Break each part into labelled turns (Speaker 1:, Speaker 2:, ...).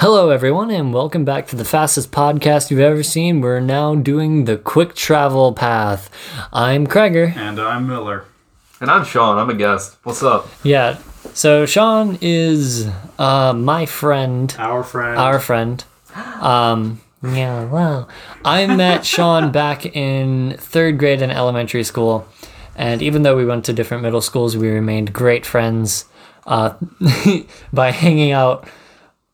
Speaker 1: Hello, everyone, and welcome back to the fastest podcast you've ever seen. We're now doing the quick travel path. I'm Kreger.
Speaker 2: And I'm Miller.
Speaker 3: And I'm Sean. I'm a guest. What's up?
Speaker 1: Yeah. So Sean is uh, my friend,
Speaker 2: Our friend.
Speaker 1: our friend. Um, yeah. Well, I met Sean back in third grade in elementary school, and even though we went to different middle schools, we remained great friends uh, by hanging out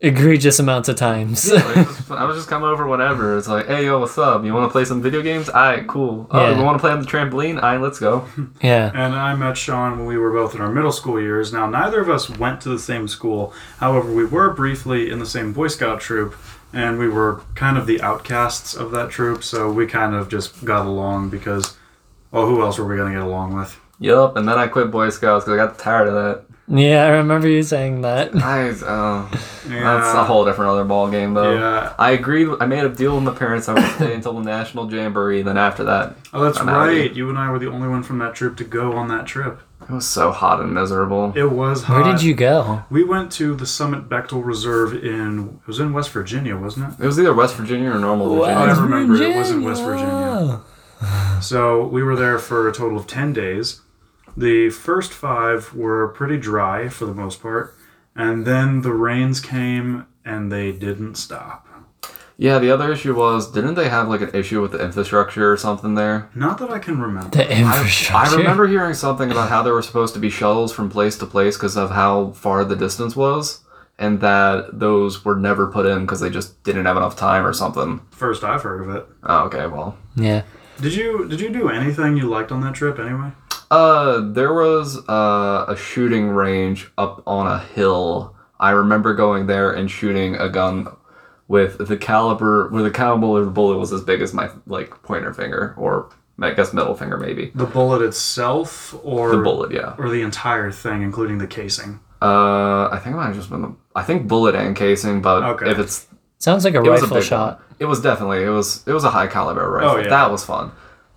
Speaker 1: egregious amounts of times.
Speaker 3: Like, just- I was just coming over whenever. It's like, hey, yo, what's up? You want to play some video games? All right, cool. Oh,
Speaker 1: Yeah.
Speaker 3: you want to play on the trampoline? All right, let's go.
Speaker 1: yeah.
Speaker 2: and I met Sean when we were both in our middle school years. Now, neither of us went to the same school. However, we were briefly in the same Boy Scout troop, and we were kind of the outcasts of that troop, so we kind of just got along because, well, who else were we going to get along with?
Speaker 3: Yup. And then I quit Boy Scouts because I got tired of that.
Speaker 1: Yeah, I remember you saying that.
Speaker 3: I, oh,
Speaker 2: Yeah.
Speaker 3: that's a whole different other ball game though.
Speaker 2: Yeah.
Speaker 3: I agreed. I made a deal with my parents. I would stay until the national jamboree. Then after that,
Speaker 2: Oh, that's
Speaker 3: I'm outta
Speaker 2: right. You and I were the only one from that troop to go on that trip.
Speaker 3: it was so hot and miserable.
Speaker 2: It was
Speaker 1: Where
Speaker 2: hot.
Speaker 1: did you go?
Speaker 2: We went to the Summit Bechtel Reserve in. It was in West Virginia, wasn't it?
Speaker 3: It was either West Virginia or Normal Virginia.
Speaker 2: West remember it was in West Virginia. So we were there for a total of 10 days. The first five were pretty dry for the most part, and then the rains came and they didn't stop.
Speaker 3: Yeah. The other issue was, didn't they have like an issue with the infrastructure or something there?
Speaker 2: Not that I can remember.
Speaker 1: The infrastructure.
Speaker 3: I remember hearing something about how there were supposed to be shuttles from place to place because of how far the distance was, and that those were never put in because they just didn't have enough time or something.
Speaker 2: First I've heard of it.
Speaker 3: Oh, okay, well,
Speaker 1: Yeah.
Speaker 2: Did you did you do anything you liked on that trip anyway?
Speaker 3: uh, there was uh, a shooting range up on a hill. I remember going there and shooting a gun with the caliber, where the caliber of the bullet was as big as my like pointer finger, or I guess middle finger maybe.
Speaker 2: The bullet itself or
Speaker 3: The bullet, yeah.
Speaker 2: or the entire thing including the casing.
Speaker 3: Uh, I think it might have just been the. I think bullet and casing, but
Speaker 2: Okay.
Speaker 3: if it's
Speaker 1: Sounds like a
Speaker 3: It was a
Speaker 1: rifle
Speaker 3: big
Speaker 1: shot.
Speaker 3: one. It was definitely it was it was a high caliber rifle.
Speaker 2: Oh, yeah.
Speaker 3: That was fun.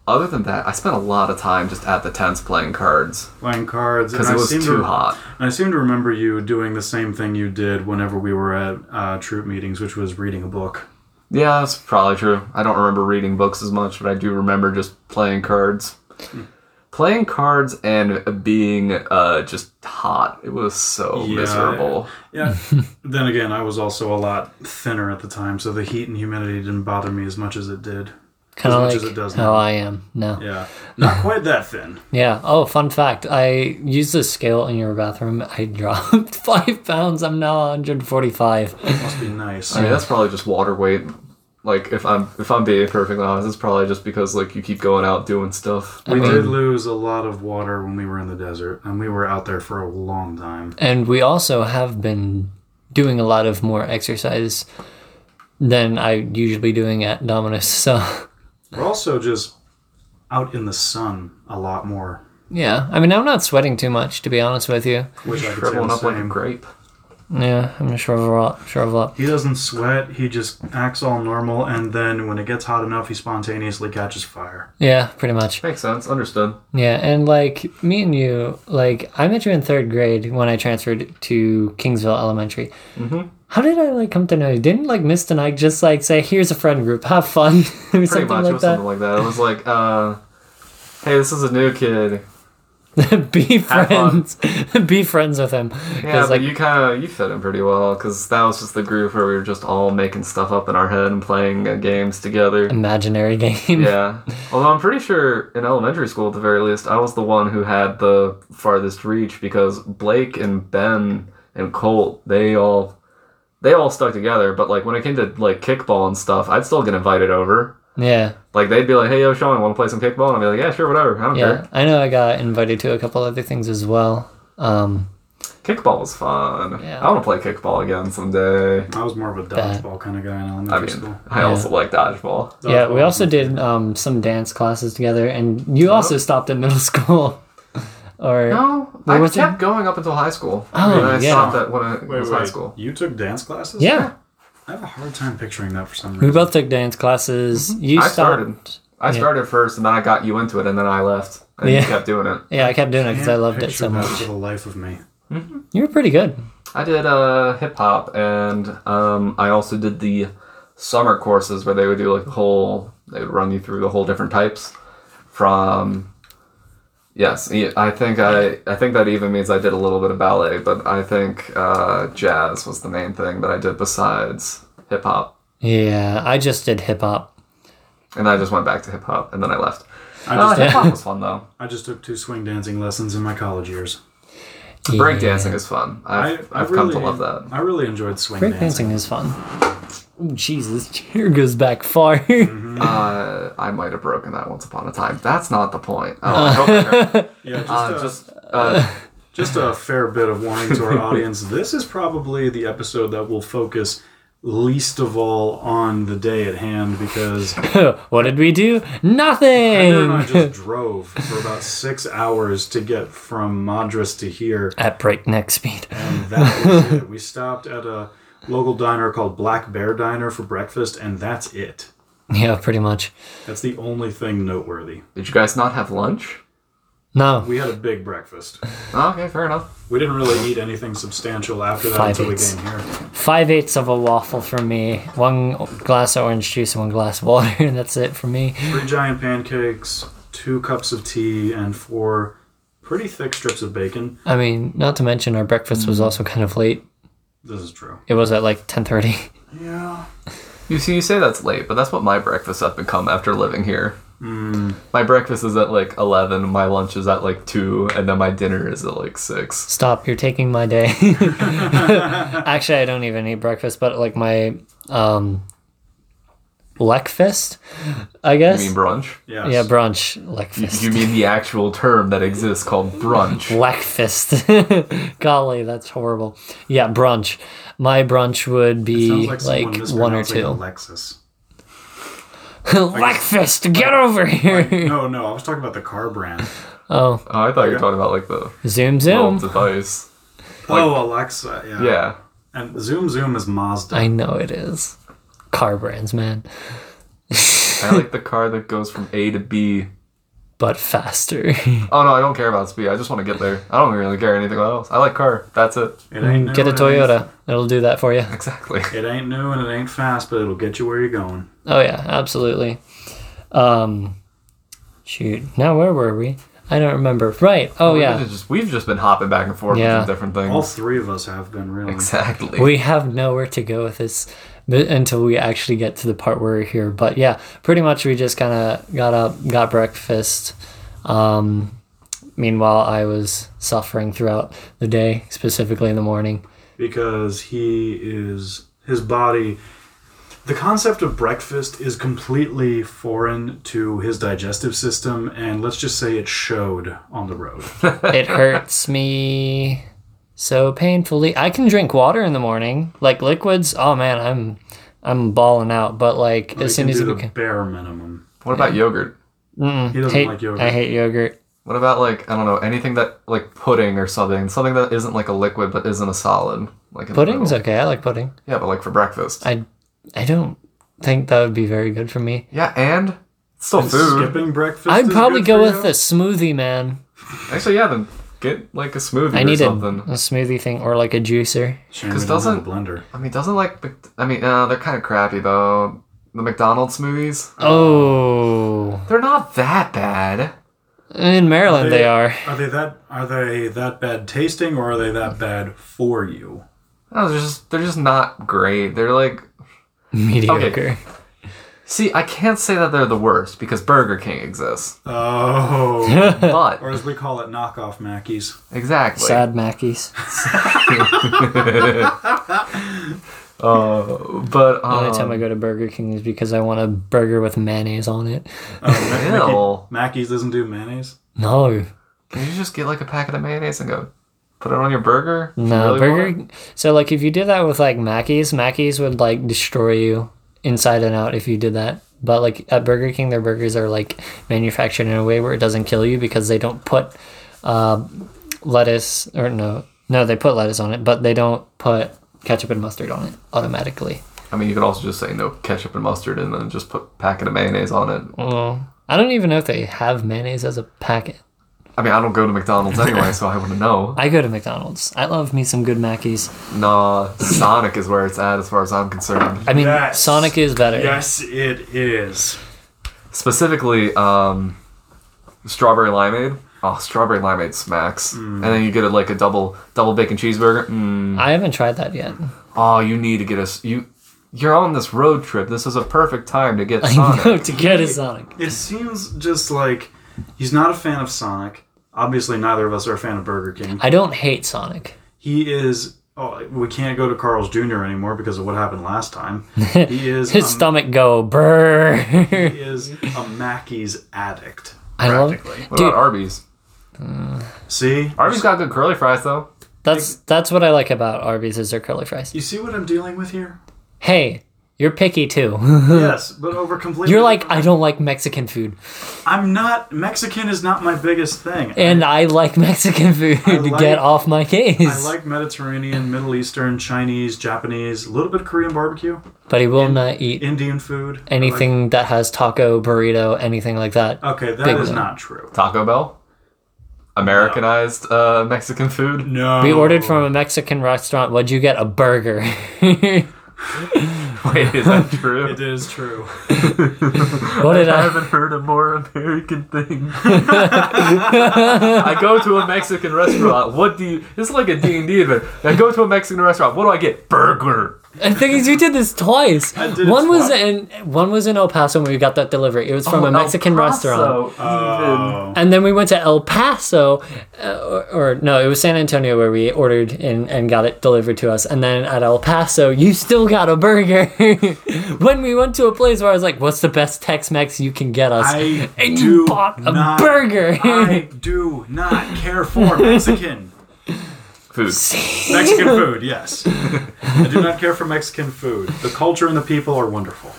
Speaker 3: Other than that, I spent a lot of time just at the tents playing cards
Speaker 2: Playing cards and
Speaker 3: because
Speaker 2: I
Speaker 3: it was
Speaker 2: seem
Speaker 3: too
Speaker 2: to-
Speaker 3: hot.
Speaker 2: I seem to remember you doing the same thing you did whenever we were at uh, troop meetings, which was reading a book.
Speaker 3: Yeah, that's probably true. I don't remember reading books as much, but I do remember just playing cards.
Speaker 2: Hmm.
Speaker 3: Playing cards and being uh, just hot. It was so
Speaker 2: Yeah.
Speaker 3: miserable.
Speaker 2: Yeah. then again, I was also a lot thinner at the time, so the heat and humidity didn't bother me as much as it did.
Speaker 1: Kind
Speaker 2: much
Speaker 1: of
Speaker 2: as it
Speaker 1: like
Speaker 2: does
Speaker 1: how
Speaker 2: now.
Speaker 1: I am now. Yeah.
Speaker 2: Yeah. Not quite that thin.
Speaker 1: Oh, fun fact. I used this scale in your bathroom. I dropped five pounds. I'm now 145.
Speaker 2: Must be nice.
Speaker 3: I mean, that's probably just water weight. Like if I'm if I'm being perfectly honest, it's probably just because like you keep going out doing stuff.
Speaker 2: we did lose a lot of water when we were in the desert, and we were out there for a long time.
Speaker 1: And we also have been doing a lot of more exercise than I usually doing at Dominus. So,
Speaker 2: We're also just out in the sun a lot more,
Speaker 1: yeah. I mean, I'm not shredding too much, to be honest with you.
Speaker 2: which I could say
Speaker 3: Shriveling
Speaker 2: the
Speaker 3: up like a
Speaker 2: same.
Speaker 3: grape.
Speaker 1: Yeah, I'm gonna shrivel up, shrivel up.
Speaker 2: He doesn't sweat. He just acts all normal, and then when it gets hot enough, he spontaneously catches fire.
Speaker 1: Yeah, pretty much.
Speaker 3: Makes sense. Understood.
Speaker 1: Yeah, and like me and you, like I met you in third grade when I transferred to Kingsville Elementary. Mm-hmm. How did I like come to know you? Didn't like Mist and I just like say, "Here's a friend group, have fun," or
Speaker 3: Pretty
Speaker 1: something
Speaker 3: much, it
Speaker 1: like
Speaker 3: was something like that. It was like, uh, hey, this is a new kid.
Speaker 1: that? Be
Speaker 3: Have fun.
Speaker 1: friends, be friends with him.
Speaker 3: Yeah,
Speaker 1: Because
Speaker 3: but
Speaker 1: like
Speaker 3: you kind of you fit in pretty well because that was just the group where we were just all making stuff up in our head and playing uh, games together.
Speaker 1: imaginary game.
Speaker 3: yeah. Although I'm pretty sure in elementary school, at the very least, I was the one who had the farthest reach because Blake and Ben and Colt, they all they all stuck together. But like when it came to like kickball and stuff, I'd still get invited over.
Speaker 1: yeah,
Speaker 3: Like they'd be like, "Hey, yo, Sean, want to play some kickball?" And I'd be like, "Yeah, sure, whatever. I don't care."
Speaker 1: yeah. I know I got invited to a couple other things as well. Um,
Speaker 3: Kickball was fun.
Speaker 1: Yeah.
Speaker 3: I want to play kickball again someday.
Speaker 2: I was more of a
Speaker 1: Bad.
Speaker 2: dodgeball kind of guy in
Speaker 3: I
Speaker 2: elementary
Speaker 3: mean,
Speaker 2: school.
Speaker 3: I also like dodgeball.
Speaker 1: yeah, we
Speaker 2: Dodgeball.
Speaker 1: also did um some dance classes together, and you also stopped at middle school. Or
Speaker 3: No,
Speaker 1: Where
Speaker 3: I
Speaker 1: was
Speaker 3: kept going up until high school.
Speaker 1: Oh,
Speaker 3: and I
Speaker 1: yeah.
Speaker 3: stopped at when I was high school.
Speaker 2: You took dance classes?
Speaker 1: yeah.
Speaker 2: I have a hard time picturing that for some reason.
Speaker 1: We both took dance classes. You
Speaker 3: I
Speaker 1: started.
Speaker 3: started. I started first, and then I got you into it, and then I left, and
Speaker 1: Yeah.
Speaker 3: you kept doing it.
Speaker 1: Yeah, I kept doing it because I
Speaker 2: Can't
Speaker 1: loved it
Speaker 2: picture
Speaker 1: so
Speaker 2: that
Speaker 1: much.
Speaker 2: For the life of me.
Speaker 1: You were pretty good.
Speaker 3: I did uh, hip hop, and um, I also did the summer courses where they would do like the whole, they would run you through the whole different types from. Yes, e- I think I, I think that even means I did a little bit of ballet, but I think uh, jazz was the main thing that I did besides hip hop,
Speaker 1: Yeah, I just did hip hop.
Speaker 3: and I just went back to hip hop, and then I left.
Speaker 2: I
Speaker 3: Oh,
Speaker 2: just,
Speaker 3: hip hop was fun though.
Speaker 2: I just took two swing dancing lessons in my college years.
Speaker 3: Breakdancing is fun. I've,
Speaker 2: I, I
Speaker 3: I've
Speaker 2: really,
Speaker 3: come to love that.
Speaker 2: I really enjoyed swing
Speaker 1: Breakdancing
Speaker 2: dancing.
Speaker 1: is fun. Ooh, Jesus, chair goes back far.
Speaker 3: Uh, I might have broken that once upon a time. That's not the point. Oh, I hope I hurt.
Speaker 2: Yeah, just,
Speaker 3: Uh,
Speaker 2: a, just...
Speaker 3: just uh,
Speaker 2: a fair bit of warning to our audience. This is probably the episode that will focus least of all on the day at hand because
Speaker 1: what did we do?
Speaker 2: Andrew and I
Speaker 1: Nothing.
Speaker 2: just drove for about six hours to get from Madras to here.
Speaker 1: At breakneck speed.
Speaker 2: And that was it. We stopped at a local diner called Black Bear Diner for breakfast, and that's it.
Speaker 1: Yeah, pretty much.
Speaker 2: That's the only thing noteworthy.
Speaker 3: did you guys not have lunch? Oh,
Speaker 1: No,
Speaker 2: We had a big breakfast.
Speaker 3: Okay, fair enough.
Speaker 2: We didn't really eat anything substantial after that
Speaker 1: Five
Speaker 2: until we
Speaker 1: eighths.
Speaker 2: came here.
Speaker 1: five eighths of a waffle for me, one glass of orange juice, and one glass of water, and that's it for me.
Speaker 2: Three giant pancakes, two cups of tea, and four pretty thick strips of bacon.
Speaker 1: I mean, not to mention our breakfast was also kind of late.
Speaker 2: This is true.
Speaker 1: It was at like ten thirty.
Speaker 2: Yeah.
Speaker 3: You see, you say that's late, but that's what my breakfasts have become after living here. My breakfast is at like eleven. My lunch is at like two, and then my dinner is at like six.
Speaker 1: Stop! You're taking my day. Actually, I don't even eat breakfast, but like my um, lekfest, I
Speaker 3: You
Speaker 1: guess.
Speaker 3: mean brunch?
Speaker 2: Yes.
Speaker 1: yeah, brunch
Speaker 3: You,
Speaker 1: lekfest.
Speaker 3: you mean the actual term that exists called brunch?
Speaker 1: Blackfist. Golly, that's horrible. Yeah, brunch. My brunch would be
Speaker 2: Sounds
Speaker 1: like,
Speaker 2: someone
Speaker 1: one or
Speaker 2: mispronouncing
Speaker 1: two.
Speaker 2: Alexis.
Speaker 1: Blackfist, get over here.
Speaker 2: No, no, I was talking about the car brand.
Speaker 1: Oh,
Speaker 3: Oh, I thought you were talking about like the
Speaker 1: zoom, zoom.
Speaker 3: little device.
Speaker 2: oh, Alexa. Yeah.
Speaker 3: Yeah.
Speaker 2: And Zoom Zoom is Mazda.
Speaker 1: I know it is. Car brands, man.
Speaker 3: I like the car that goes from A to B.
Speaker 1: But faster.
Speaker 3: Oh no, I don't care about speed. I just want to get there. I don't really care anything else. I like car. That's it.
Speaker 2: It ain't
Speaker 1: Mm, get
Speaker 2: new
Speaker 1: a
Speaker 2: and it ain't
Speaker 1: Toyota. It'll do that for you.
Speaker 3: Exactly.
Speaker 2: It ain't new and it ain't fast, but it'll get you where you're going.
Speaker 1: Oh yeah, absolutely. Um shoot. Now where were we? I don't remember. Right. Oh
Speaker 3: We're
Speaker 1: yeah.
Speaker 3: gonna just- we've just been hopping back and forth
Speaker 1: Yeah.
Speaker 3: between different things.
Speaker 2: All three of us have been really.
Speaker 3: exactly.
Speaker 1: we have nowhere to go with this bit until we actually get to the part where we're here. But yeah, pretty much we just kind of got up, got breakfast. Um, meanwhile, I was suffering throughout the day, specifically in the morning.
Speaker 2: Because he is. His body. The concept of breakfast is completely foreign to his digestive system, and let's just say it showed on the road.
Speaker 1: It hurts me so painfully. I can drink water in the morning, like liquids. Oh man, I'm I'm balling out. But like as soon
Speaker 2: he
Speaker 1: as
Speaker 2: Oh, can
Speaker 1: we
Speaker 2: do the
Speaker 1: can,
Speaker 2: bare minimum.
Speaker 3: what about yogurt?
Speaker 2: He doesn't
Speaker 1: hate,
Speaker 2: like yogurt.
Speaker 1: I hate yogurt.
Speaker 3: What about like I don't know anything that like pudding or something, something that isn't like a liquid but isn't a solid. Like in the
Speaker 1: Pudding's
Speaker 2: Oh.
Speaker 3: middle.
Speaker 1: okay. I like pudding.
Speaker 3: yeah, but like for breakfast.
Speaker 1: I I don't think that would be very good for me.
Speaker 3: yeah, and it's still food.
Speaker 2: Skipping breakfast.
Speaker 1: I'd
Speaker 2: is
Speaker 1: probably
Speaker 2: good
Speaker 1: go
Speaker 2: for
Speaker 1: with
Speaker 2: you?
Speaker 1: a smoothie, man.
Speaker 3: Actually, yeah, then get like a smoothie
Speaker 1: I
Speaker 3: or
Speaker 1: need a,
Speaker 3: something.
Speaker 1: a smoothie thing or like a juicer.
Speaker 2: Shame
Speaker 3: 'Cause
Speaker 2: we don't have a
Speaker 3: doesn't-
Speaker 2: blender.
Speaker 3: I mean, doesn't like Mc- I mean, uh, they're kind of crappy though. The McDonald's smoothies,
Speaker 1: Oh,
Speaker 3: they're not that bad.
Speaker 1: in Maryland they, are.
Speaker 2: Are they that? Are they that bad tasting, or are they that bad for you?
Speaker 3: No, they're just they're just not great. They're like
Speaker 1: Mediocre.
Speaker 3: see, I can't say that they're the worst because Burger King exists,
Speaker 2: Oh,
Speaker 3: but
Speaker 2: or as we call it, knockoff Mackies.
Speaker 3: exactly.
Speaker 1: Sad Mackies.
Speaker 3: Uh, but
Speaker 1: The only time
Speaker 3: um,
Speaker 1: I go to Burger King is because I want a burger with mayonnaise on it.
Speaker 3: Ew.
Speaker 2: Mackies doesn't do mayonnaise.
Speaker 1: No,
Speaker 3: Can you just get like a packet of mayonnaise and go put it on your burger? If you
Speaker 1: no
Speaker 3: really want
Speaker 1: burger. So like, if you did that with like Mackies, Mackies would like destroy you inside and out if you did that. But like at Burger King, their burgers are like manufactured in a way where it doesn't kill you because they don't put uh, lettuce or no no they put lettuce on it but they don't put ketchup and mustard on it automatically
Speaker 3: it? I mean, you could also just say no ketchup and mustard and then just put packet of mayonnaise on it.
Speaker 1: i don't even know if they have mayonnaise as a packet
Speaker 3: I mean, I don't go to McDonald's anyway, so I wouldn't know.
Speaker 1: I go to McDonald's. I love me some good Mackies.
Speaker 3: Nah, Sonic is where it's at as far as I'm concerned.
Speaker 1: I mean,
Speaker 2: Yes.
Speaker 1: Sonic is better.
Speaker 2: Yes, it is.
Speaker 3: Specifically, um, strawberry limeade. Oh, strawberry limeade smacks. And then you get a, like a double double bacon cheeseburger. Mm.
Speaker 1: I haven't tried that yet.
Speaker 3: Oh, you need to get us. You you're on this road trip. This is a perfect time to get
Speaker 1: I know
Speaker 3: Sonic.
Speaker 1: to get a Sonic.
Speaker 2: It seems just like he's not a fan of Sonic. Obviously, neither of us are a fan of Burger King.
Speaker 1: I don't hate Sonic.
Speaker 2: He is. Oh, we can't go to Carl's Jr. anymore because of what happened last time. He is.
Speaker 1: His
Speaker 2: a-
Speaker 1: stomach go brrr.
Speaker 2: He is a Mackey's addict.
Speaker 1: I love
Speaker 2: Practically.
Speaker 3: What
Speaker 1: Dude,
Speaker 3: about Arby's?
Speaker 2: See,
Speaker 3: Arby's got good curly fries though.
Speaker 1: that's that's what I like about Arby's is their curly fries.
Speaker 2: you see what I'm dealing with here?
Speaker 1: Hey, you're picky too.
Speaker 2: yes, but over completely.
Speaker 1: you're like I don't like Mexican food,
Speaker 2: I'm not Mexican. Is not my biggest thing.
Speaker 1: and I like Mexican food.
Speaker 2: like-
Speaker 1: get off my case.
Speaker 2: I like Mediterranean, Middle Eastern, Chinese, Japanese, a little bit of Korean barbecue,
Speaker 1: but he will not eat
Speaker 2: Indian food. I like-
Speaker 1: anything that has taco, burrito, anything like that.
Speaker 2: okay, that is
Speaker 1: Big one.
Speaker 2: not true.
Speaker 3: Taco Bell. Americanized uh, Mexican food.
Speaker 2: No.
Speaker 1: we ordered from a Mexican restaurant. What'd you get? A burger.
Speaker 3: Wait, is that
Speaker 2: It
Speaker 3: true?
Speaker 2: is true.
Speaker 1: what did
Speaker 3: I
Speaker 1: I?
Speaker 3: haven't heard a more American thing. I go to a Mexican restaurant. What do you? It's like a D and D event. I go to a Mexican restaurant. What do I get? Burger.
Speaker 1: I think is you did this twice.
Speaker 2: did it
Speaker 1: one was
Speaker 2: twice.
Speaker 1: in one was in El Paso when we got that delivery. It was from
Speaker 3: Oh,
Speaker 1: a
Speaker 3: El
Speaker 1: Mexican restaurant.
Speaker 3: Paso, even.
Speaker 2: Oh.
Speaker 1: And then we went to El Paso, uh, or, or no, it was San Antonio where we ordered and, and got it delivered to us. And then at El Paso, you still got a burger. when we went to a place where I was like, what's the best Tex Mex you can get us?
Speaker 2: I
Speaker 1: and
Speaker 2: do
Speaker 1: you bought a
Speaker 2: not-
Speaker 1: burger.
Speaker 2: I do not care for Mexican.
Speaker 3: Food.
Speaker 2: Mexican food, yes. I do not care for Mexican food. The culture and the people are wonderful.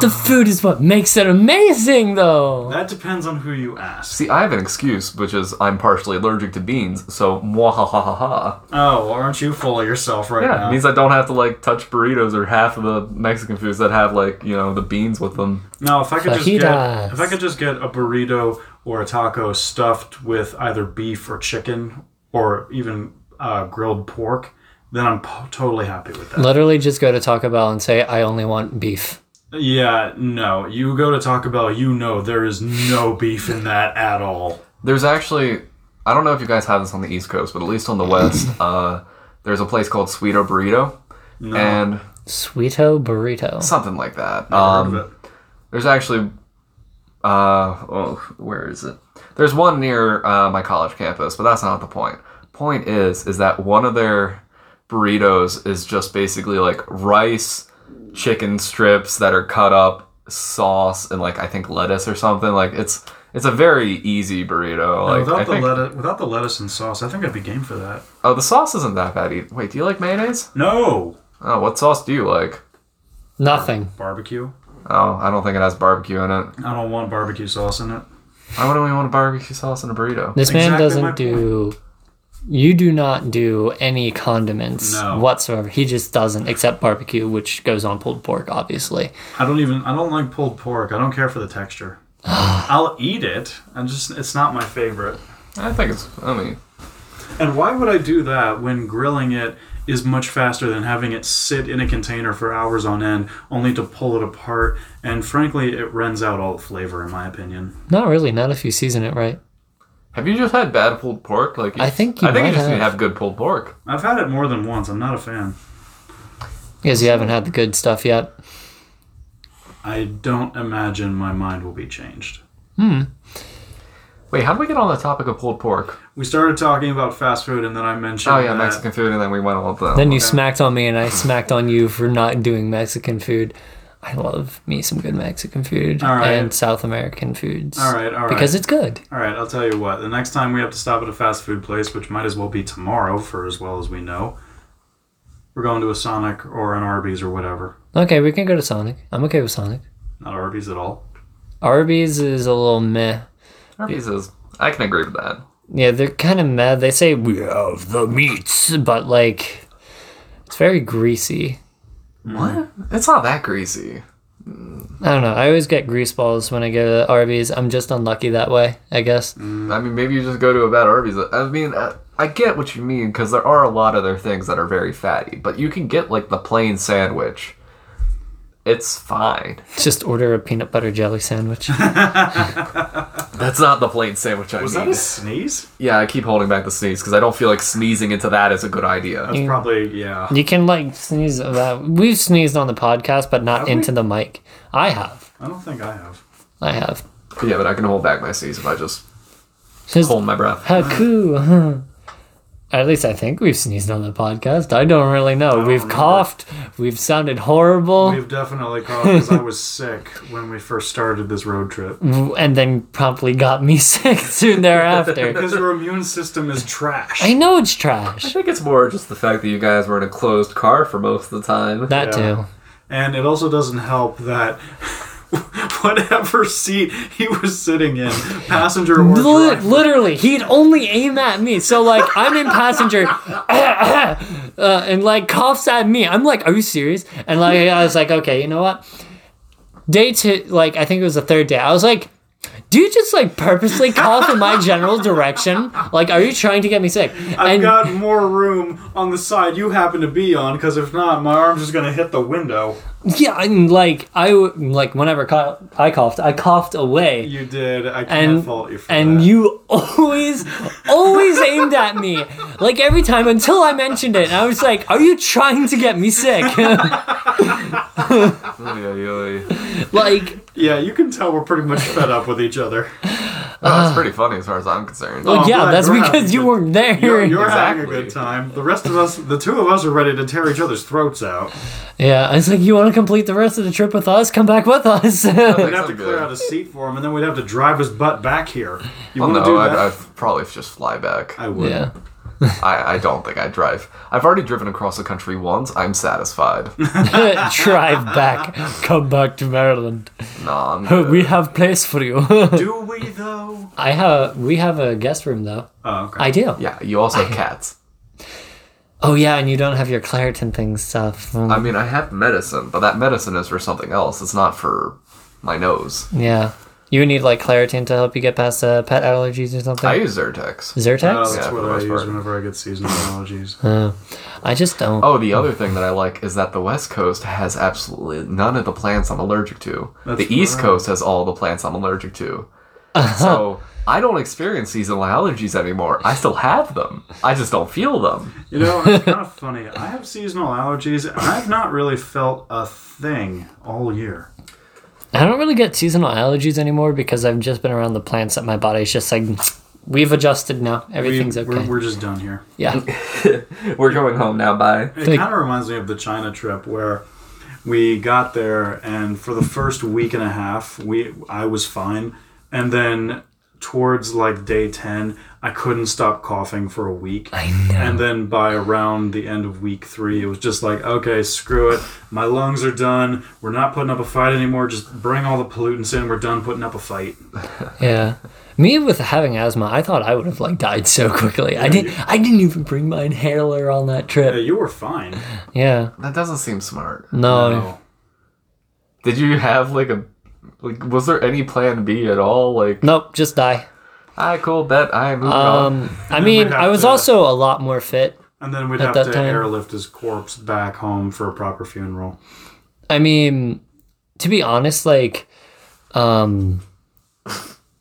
Speaker 1: the food is what makes it amazing, though.
Speaker 2: That depends on who you ask.
Speaker 3: See, I have an excuse, which is I'm partially allergic to beans, so mwahahaha.
Speaker 2: Oh, well, aren't you full of yourself right
Speaker 3: Yeah,
Speaker 2: now?
Speaker 3: it means I don't have to like touch burritos or half of the Mexican foods that have like you know the beans with them.
Speaker 2: No, if I could just
Speaker 1: Fajitas.
Speaker 2: get if I could just get a burrito or a taco stuffed with either beef or chicken or even uh, grilled pork, then I'm po- totally happy with that.
Speaker 1: Literally just go to Taco Bell and say, I only want beef.
Speaker 2: Yeah, no, you go to Taco Bell, you know there is no beef in that at all.
Speaker 3: There's actually, I don't know if you guys have this on the East Coast, but at least on the West, uh, there's a place called Sweeto Burrito, and
Speaker 1: Sweeto burrito.
Speaker 3: something like that.
Speaker 2: Heard of
Speaker 3: Um,
Speaker 2: it.
Speaker 3: there's actually, uh, oh, where is it? There's one near uh, my college campus, but that's not the point. Point is, is that one of their burritos is just basically like rice, chicken strips that are cut up, sauce, and like I think lettuce or something. Like it's it's a very easy burrito. Like
Speaker 2: without
Speaker 3: I
Speaker 2: the
Speaker 3: think,
Speaker 2: lettuce, without the lettuce and sauce, I think I'd be game for that.
Speaker 3: oh, the sauce isn't that bad. Either. Wait, do you like mayonnaise?
Speaker 2: No
Speaker 3: Oh, what sauce do you like?
Speaker 1: Nothing.
Speaker 2: barbecue.
Speaker 3: Oh, I don't think it has barbecue in it.
Speaker 2: I don't want barbecue sauce in it.
Speaker 3: Why would we want a barbecue sauce in a burrito?
Speaker 1: This man
Speaker 2: Exactly my
Speaker 1: doesn't do. You do not do any condiments
Speaker 2: No.
Speaker 1: whatsoever. He just doesn't, except barbecue, which goes on pulled pork, obviously.
Speaker 2: I don't even. I don't like pulled pork. I don't care for the texture. I'll eat it. I just. It's not my favorite.
Speaker 3: I think it's. I mean,
Speaker 2: And why would I do that when grilling it is much faster than having it sit in a container for hours on end, only to pull it apart? And frankly, it rends out all the flavor, in my opinion.
Speaker 1: Not really, not if you season it right.
Speaker 3: Have you just had bad pulled pork? Like
Speaker 1: I think you
Speaker 3: I think
Speaker 1: might
Speaker 3: you just need to
Speaker 1: have.
Speaker 3: have good pulled pork.
Speaker 2: I've had it more than once. I'm not a fan.
Speaker 1: Because you haven't had the good stuff yet.
Speaker 2: I don't imagine my mind will be changed.
Speaker 1: Hmm.
Speaker 3: Wait, how did we get on the topic of pulled pork?
Speaker 2: We started talking about fast food, and then I mentioned.
Speaker 3: Oh yeah,
Speaker 2: that-
Speaker 3: Mexican food, and then we went all the.
Speaker 1: Then you smacked on me, and I smacked on you for not doing Mexican food. I love me some good Mexican food
Speaker 2: All right.
Speaker 1: and South American foods.
Speaker 2: All right, all right.
Speaker 1: Because it's good.
Speaker 2: All right, I'll tell you what. The next time we have to stop at a fast food place, which might as well be tomorrow for as well as we know, we're going to a Sonic or an Arby's or whatever.
Speaker 1: Okay, we can go to Sonic. I'm okay with Sonic.
Speaker 2: Not Arby's at all.
Speaker 1: Arby's is a little meh.
Speaker 3: Arby's is. I can agree with that.
Speaker 1: Yeah, they're kind of mad. They say we have the meats, but like, it's very greasy.
Speaker 2: Mm-hmm.
Speaker 3: What? It's not that greasy. Mm.
Speaker 1: I don't know. I always get grease balls when I go to Arby's. I'm just unlucky that way, I guess.
Speaker 2: Mm.
Speaker 3: I mean, maybe you just go to a bad Arby's. I mean, I, I get what you mean because there are a lot of their things that are very fatty, but you can get like the plain sandwich. It's fine.
Speaker 1: Just order a peanut butter jelly sandwich.
Speaker 3: That's not the plain sandwich I
Speaker 2: Was
Speaker 3: need.
Speaker 2: that a sneeze?
Speaker 3: yeah, I keep holding back the sneeze because I don't feel like sneezing into that is a good idea.
Speaker 2: That's probably yeah.
Speaker 1: you can like sneeze about. We've sneezed on the podcast, but not
Speaker 2: Have we?
Speaker 1: into the mic. I have.
Speaker 2: I don't think I have.
Speaker 1: I have.
Speaker 3: Yeah, but I can hold back my sneeze if I just
Speaker 1: Just
Speaker 3: hold my breath.
Speaker 1: Haku. At least I think we've sneezed on the podcast. I don't really know. we've
Speaker 2: remember.
Speaker 1: coughed. We've sounded horrible.
Speaker 2: We've definitely caught because I was sick when we first started this road trip.
Speaker 1: and then promptly got me sick soon thereafter.
Speaker 2: Because your immune system is trash.
Speaker 1: I know it's
Speaker 3: I
Speaker 1: trash.
Speaker 3: think it's more just the fact that you guys were in a closed car for most of the time.
Speaker 1: That
Speaker 2: Yeah.
Speaker 1: too.
Speaker 2: And it also doesn't help that whatever seat he was sitting in, passenger or
Speaker 1: Li-
Speaker 2: driver,
Speaker 1: literally, he'd only aim at me. So like, I'm in passenger, uh, and like coughs at me. I'm like, are you serious? And like, I was like, okay, you know what? Day two, like I think it was the third day. I was like, do you just like purposely cough in my general direction? Like, are you trying to get me sick?
Speaker 2: I've
Speaker 1: and
Speaker 2: got more room on the side you happen to be on because if not, my arm's just gonna hit the window.
Speaker 1: yeah, and like I w- like whenever cough- I coughed, I coughed away.
Speaker 2: You did. I can't
Speaker 1: and
Speaker 2: fault you for
Speaker 1: and
Speaker 2: that.
Speaker 1: you always always aimed at me like every time until i mentioned it and i was like are you trying to get me sick
Speaker 3: Oy, oy, oy.
Speaker 1: like
Speaker 2: yeah, you can tell we're pretty much fed up with each other.
Speaker 3: Oh, that's pretty funny as far as I'm concerned.
Speaker 1: well,
Speaker 2: Oh, I'm
Speaker 1: yeah
Speaker 2: glad
Speaker 1: that's
Speaker 2: you're
Speaker 1: because
Speaker 2: having
Speaker 1: you
Speaker 2: good-
Speaker 1: weren't there
Speaker 2: You're, you're having a
Speaker 3: Exactly.
Speaker 2: good time. The rest of us, the two of us, are ready to tear each other's throats out.
Speaker 1: yeah i was like you want to complete the rest of the trip with us come back with us
Speaker 2: We'd have to
Speaker 3: I'm
Speaker 2: clear
Speaker 3: good.
Speaker 2: out a seat for him, and then we'd have to drive his butt back here. You
Speaker 3: Well,
Speaker 2: want to
Speaker 3: Oh, no,
Speaker 2: do
Speaker 3: I'd,
Speaker 2: that?
Speaker 3: I'd probably just fly back.
Speaker 2: I would.
Speaker 1: yeah
Speaker 3: I, I don't think I drive. I've already driven across the country once. I'm satisfied. no,
Speaker 1: drive back come back to maryland
Speaker 3: I'm good.
Speaker 1: we have place for you
Speaker 2: Do we though?
Speaker 1: i have we have a guest room though
Speaker 2: Oh, okay.
Speaker 1: i do
Speaker 3: yeah, you also have cats.
Speaker 1: oh yeah and you don't have your claritin thing stuff Mm,
Speaker 3: I mean, I have medicine, but that medicine is for something else. It's not for my nose.
Speaker 1: yeah you need like claritin to help you get past uh, pet allergies or something
Speaker 3: I use Zyrtex.
Speaker 1: Zyrtex?
Speaker 2: Oh, that's
Speaker 3: Yeah, for
Speaker 2: what
Speaker 3: the
Speaker 2: I
Speaker 3: most
Speaker 2: use
Speaker 3: part.
Speaker 2: whenever I get seasonal allergies.
Speaker 1: I just don't.
Speaker 3: Oh, the other thing that I like is that the West Coast has absolutely none of the plants I'm allergic to.
Speaker 2: That's
Speaker 3: the East
Speaker 2: right.
Speaker 3: Coast has all the plants I'm allergic to. So I don't experience seasonal allergies anymore. I still have them. I just don't feel them.
Speaker 2: You know, it's kind of funny. I have seasonal allergies, and I've not really felt a thing all year.
Speaker 1: I don't really get seasonal allergies anymore because I've just been around the plants that my body's just like, we've adjusted now.
Speaker 2: We,
Speaker 1: Everything's okay.
Speaker 2: we're, we're just done here.
Speaker 1: yeah.
Speaker 3: We're going home now. Bye.
Speaker 2: It
Speaker 1: Thank-
Speaker 2: kind of reminds me of the China trip where we got there, and for the first week and a half, we I was fine, and then towards like day ten, I couldn't stop coughing for a week. I know. And then by around the end of week three, it was just like, okay, screw it, my lungs are done. We're not putting up a fight anymore. Just bring all the pollutants in. We're done putting up a fight.
Speaker 1: Yeah. Me with having asthma, I thought I would have like died so quickly. I didn't. I didn't even bring my inhaler on that
Speaker 2: Yeah,
Speaker 1: trip.
Speaker 2: Uh, you were fine.
Speaker 1: Yeah.
Speaker 3: That doesn't seem smart.
Speaker 1: No.
Speaker 2: No.
Speaker 3: Did you have like a like? Was there any plan B at all? Like,
Speaker 1: Nope. Just die.
Speaker 3: I cool bet I moved on.
Speaker 1: Um. I mean, I
Speaker 2: have
Speaker 1: was
Speaker 2: to-
Speaker 1: also a lot more fit.
Speaker 2: And then we'd
Speaker 1: At
Speaker 2: have
Speaker 1: that
Speaker 2: to
Speaker 1: time-
Speaker 2: airlift his corpse back home for a proper funeral.
Speaker 1: I mean, to be honest, like, um,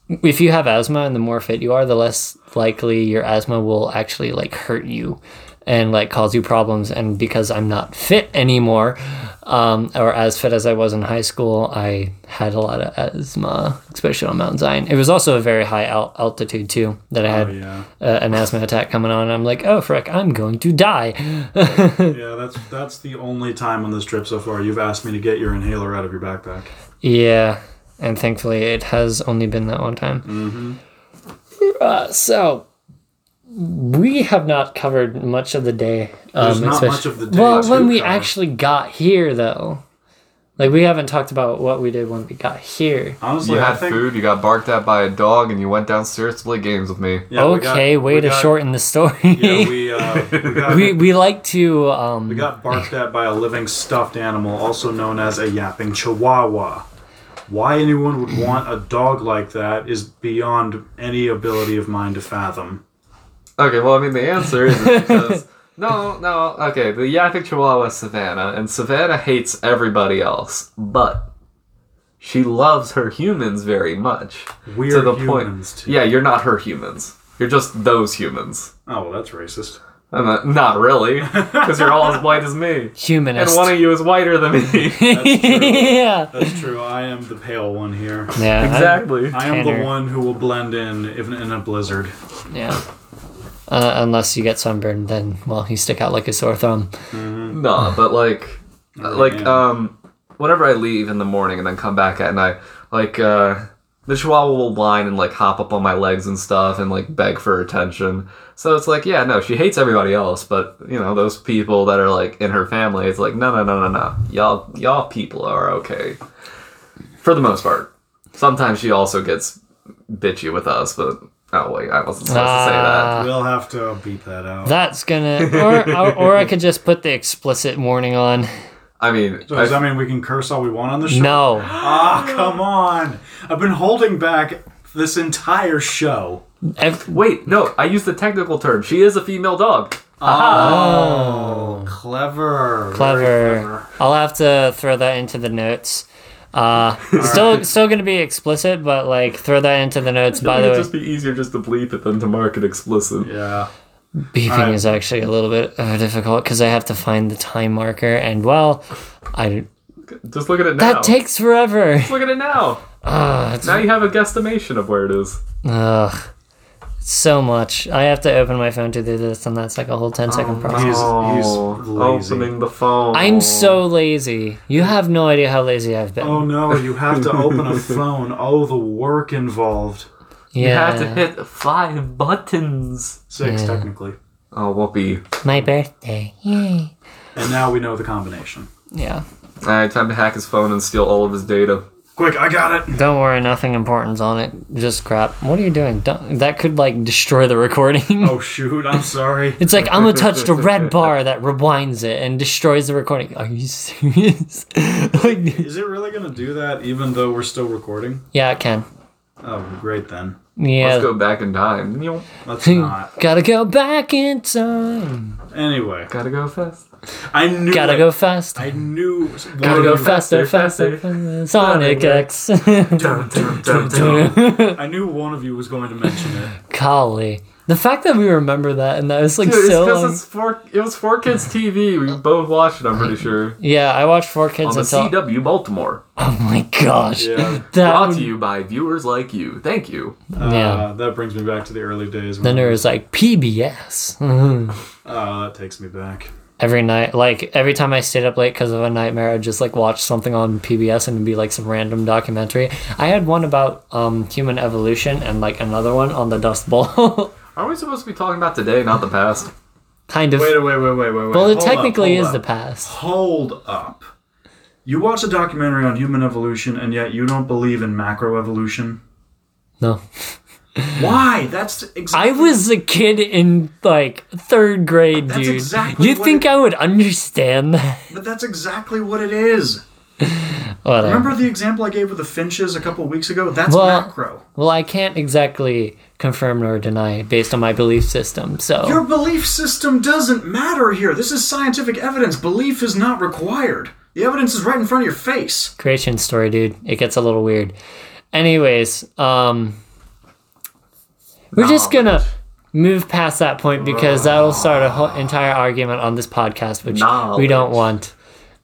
Speaker 1: if you have asthma and the more fit you are, the less likely your asthma will actually like hurt you and like cause you problems. And because I'm not fit anymore, um, or as fit as I was in high school, I had a lot of asthma, especially on Mount Zion. It was also a very high al- altitude too that I had
Speaker 2: Oh yeah.
Speaker 1: uh, an asthma attack coming on. I'm like, oh frick, I'm going to die.
Speaker 2: Yeah, that's that's the only time on this trip so far you've asked me to get your inhaler out of your backpack.
Speaker 1: Yeah, and thankfully it has only been that one time. Mm-hmm.
Speaker 2: Mm-hmm.
Speaker 1: Uh, so we have not covered much of the day.
Speaker 2: There's not
Speaker 1: especially-
Speaker 2: much of the day
Speaker 1: Well,
Speaker 2: to
Speaker 1: when we
Speaker 2: cover.
Speaker 1: actually got here, though, like we haven't talked about what we did when we got here.
Speaker 2: Honestly,
Speaker 3: You
Speaker 2: I
Speaker 3: had
Speaker 2: think
Speaker 3: food. You got barked at by a dog, and you went downstairs to play games with me.
Speaker 2: Yeah, we got-
Speaker 1: okay, way
Speaker 2: we
Speaker 1: to
Speaker 2: got-
Speaker 1: shorten the story.
Speaker 2: Yeah, we uh, we got,
Speaker 1: we,
Speaker 2: we,
Speaker 1: we like to um
Speaker 2: got barked at by a living stuffed animal, also known as a yapping chihuahua. Why anyone would want a dog like that is beyond any ability of mine to fathom.
Speaker 3: Okay, well, I mean, the answer is because. No, no, okay, the Yapik Chihuahua is Savannah, and Savannah hates everybody else, but she loves her humans very much.
Speaker 2: We're
Speaker 3: to the
Speaker 2: humans,
Speaker 3: point.
Speaker 2: too.
Speaker 3: Yeah, you're not her humans. You're just those humans.
Speaker 2: Oh, well, that's racist.
Speaker 3: I'm not, not really, because you're all as white as me. And
Speaker 1: Humanist.
Speaker 3: one of you is whiter than me.
Speaker 2: That's true.
Speaker 1: yeah.
Speaker 2: that's true. I am the pale one here.
Speaker 1: Yeah. I-
Speaker 3: exactly.
Speaker 2: I am
Speaker 1: Tanner.
Speaker 2: the one who will blend in even in a blizzard.
Speaker 1: yeah. Uh, unless you get sunburned, then well, you stick out like a sore thumb.
Speaker 3: No, but like,
Speaker 2: Oh,
Speaker 3: like um, whenever I leave in the morning and then come back at night, like uh, the Chihuahua will whine and like hop up on my legs and stuff and like beg for attention. So it's like, yeah, no, she hates everybody else, but you know those people that are like in her family, it's like, no, no, no, no, no, y'all, y'all people are okay, for the most part. Sometimes she also gets bitchy with us, but oh wait, I wasn't supposed to say that.
Speaker 1: Ah.
Speaker 2: We'll have to beat that out.
Speaker 1: That's gonna, or, or or I could just put the explicit warning on.
Speaker 3: I mean,
Speaker 2: so does
Speaker 3: I-
Speaker 2: that mean we can curse all we want on the show?
Speaker 1: No,
Speaker 2: Ah, come on! I've been holding back this entire show.
Speaker 1: Ev-
Speaker 3: Wait, no, I used the technical term. She is a female dog.
Speaker 2: Oh, clever. Very
Speaker 1: clever. I'll have to throw that into the notes. Uh, still, still gonna be explicit, but like throw that into the notes. By the
Speaker 3: It'd
Speaker 1: way,
Speaker 3: just be easier just to bleep it than to mark it explicit.
Speaker 2: Yeah.
Speaker 1: beeping
Speaker 2: Alright.
Speaker 1: is actually a little bit uh, difficult because I have to find the time marker, and well, I
Speaker 3: Just look at it now.
Speaker 1: that takes forever.
Speaker 3: look at it now.
Speaker 1: Uh, it's,
Speaker 3: Now you have a guesstimation of where it is.
Speaker 1: ugh, so much. I have to open my phone to do this, and that's like a whole 10 second process.
Speaker 2: He's- he's
Speaker 3: Oh,
Speaker 2: lazy.
Speaker 3: opening the phone.
Speaker 1: I'm so lazy. You have no idea how lazy I've been.
Speaker 2: Oh no, you have to open a phone. Oh, the work involved.
Speaker 1: yeah,
Speaker 3: You have to hit five buttons.
Speaker 2: Six,
Speaker 1: Yeah.
Speaker 2: technically.
Speaker 3: Oh, whoopee.
Speaker 1: my birthday. Yay.
Speaker 2: And now we know the combination.
Speaker 1: Yeah.
Speaker 3: Alright, time to hack his phone and steal all of his data.
Speaker 2: Quick, I got it.
Speaker 1: Don't worry, nothing important's on it. Just crap. What are you doing? Don't, that could like destroy the recording.
Speaker 2: Oh shoot, I'm sorry.
Speaker 1: It's like I'm gonna touch the red bar that rewinds it and destroys the recording. Are you serious? like,
Speaker 2: Is it really gonna do that even though we're still recording?
Speaker 1: yeah, it can.
Speaker 2: Oh, great then.
Speaker 3: Let's
Speaker 1: Yeah.
Speaker 3: go back in time. You
Speaker 2: Let's not.
Speaker 1: Gotta go back in time.
Speaker 2: Anyway,
Speaker 3: gotta go fast.
Speaker 2: I knew.
Speaker 1: Gotta
Speaker 2: it.
Speaker 1: go fast.
Speaker 2: I knew.
Speaker 1: Gotta go
Speaker 3: fast.
Speaker 1: faster, faster,
Speaker 3: faster,
Speaker 1: faster. Sonic X.
Speaker 3: Dun, dun, dun, dun.
Speaker 2: I knew one of you was going to mention it.
Speaker 1: Golly. The fact that we remember that and that was like
Speaker 3: Dude, it's
Speaker 1: so
Speaker 3: because
Speaker 1: long.
Speaker 3: it's four. It was four kids TV. We both watched it. I'm pretty sure.
Speaker 1: Yeah, I watched Four Kids
Speaker 3: On the
Speaker 1: until.
Speaker 3: CW Baltimore.
Speaker 1: Oh my gosh.
Speaker 2: Yeah.
Speaker 1: That
Speaker 3: Brought
Speaker 1: would-
Speaker 3: to you by viewers like you. Thank you.
Speaker 2: Uh,
Speaker 1: Yeah.
Speaker 2: That brings me back to the early days.
Speaker 1: Then
Speaker 2: when-
Speaker 1: there was like PBS. Mhm.
Speaker 2: Uh, that takes me back.
Speaker 1: every night, like every time I stayed up late because of a nightmare, I'd just like watch something on PBS and it'd be like some random documentary. I had one about um, human evolution and like another one on the Dust Bowl.
Speaker 3: Aren't we supposed to be talking about today, not the past?
Speaker 1: kind of.
Speaker 2: Wait, wait, wait, wait, wait. wait.
Speaker 1: well, it
Speaker 2: Hold up,
Speaker 1: technically
Speaker 2: hold
Speaker 1: is
Speaker 2: up.
Speaker 1: the past.
Speaker 2: Hold up. You watch a documentary on human evolution, and yet you don't believe in macroevolution.
Speaker 1: No.
Speaker 2: Why? That's exactly.
Speaker 1: I was a kid in like third grade,
Speaker 2: That's
Speaker 1: dude.
Speaker 2: exactly
Speaker 1: you
Speaker 2: what
Speaker 1: think
Speaker 2: it-
Speaker 1: I would understand that?
Speaker 2: But that's exactly what it is.
Speaker 1: Whatever.
Speaker 2: Remember the example I gave with the finches a couple weeks ago? That's
Speaker 1: Well-
Speaker 2: macro.
Speaker 1: Well, I can't exactly confirm nor deny based on my belief system. So
Speaker 2: Your belief system doesn't matter here. This is scientific evidence. Belief is not required. The evidence is right in front of your face.
Speaker 1: creation story, dude. It gets a little weird. Anyways, um we're just gonna move past that point because that'll start a whole entire argument on this podcast, which we don't
Speaker 3: Knowledge.
Speaker 1: want.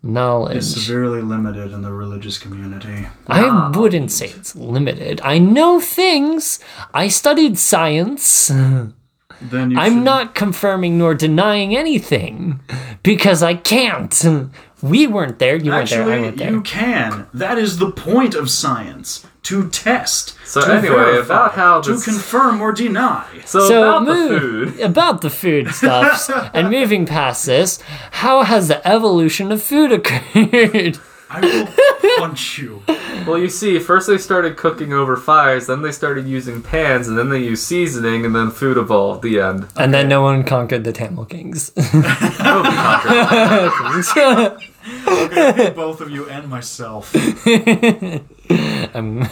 Speaker 1: Knowledge.
Speaker 2: Severely limited in the religious community.
Speaker 1: I wouldn't say it's limited. I know things. I studied science.
Speaker 2: Then you
Speaker 1: I'm
Speaker 2: should-
Speaker 1: not confirming nor denying anything because I can't. We weren't there. You weren't there. I
Speaker 2: Actually,
Speaker 1: weren't there.
Speaker 2: you can. That is the point of science to test.
Speaker 3: So
Speaker 2: to
Speaker 3: anyway,
Speaker 2: verify,
Speaker 3: about how
Speaker 2: to
Speaker 3: this-
Speaker 2: confirm or deny.
Speaker 3: So,
Speaker 1: so
Speaker 3: about
Speaker 1: move
Speaker 3: the food.
Speaker 1: about the food stuffs and moving past this how has the evolution of food occurred
Speaker 2: I will punch you.
Speaker 3: Well, you see, first they started cooking over fires, then they started using pans, and then they used seasoning, and then food evolved. The end.
Speaker 1: and then no one conquered the tamil kings
Speaker 2: Okay, both of you and myself.
Speaker 1: Um,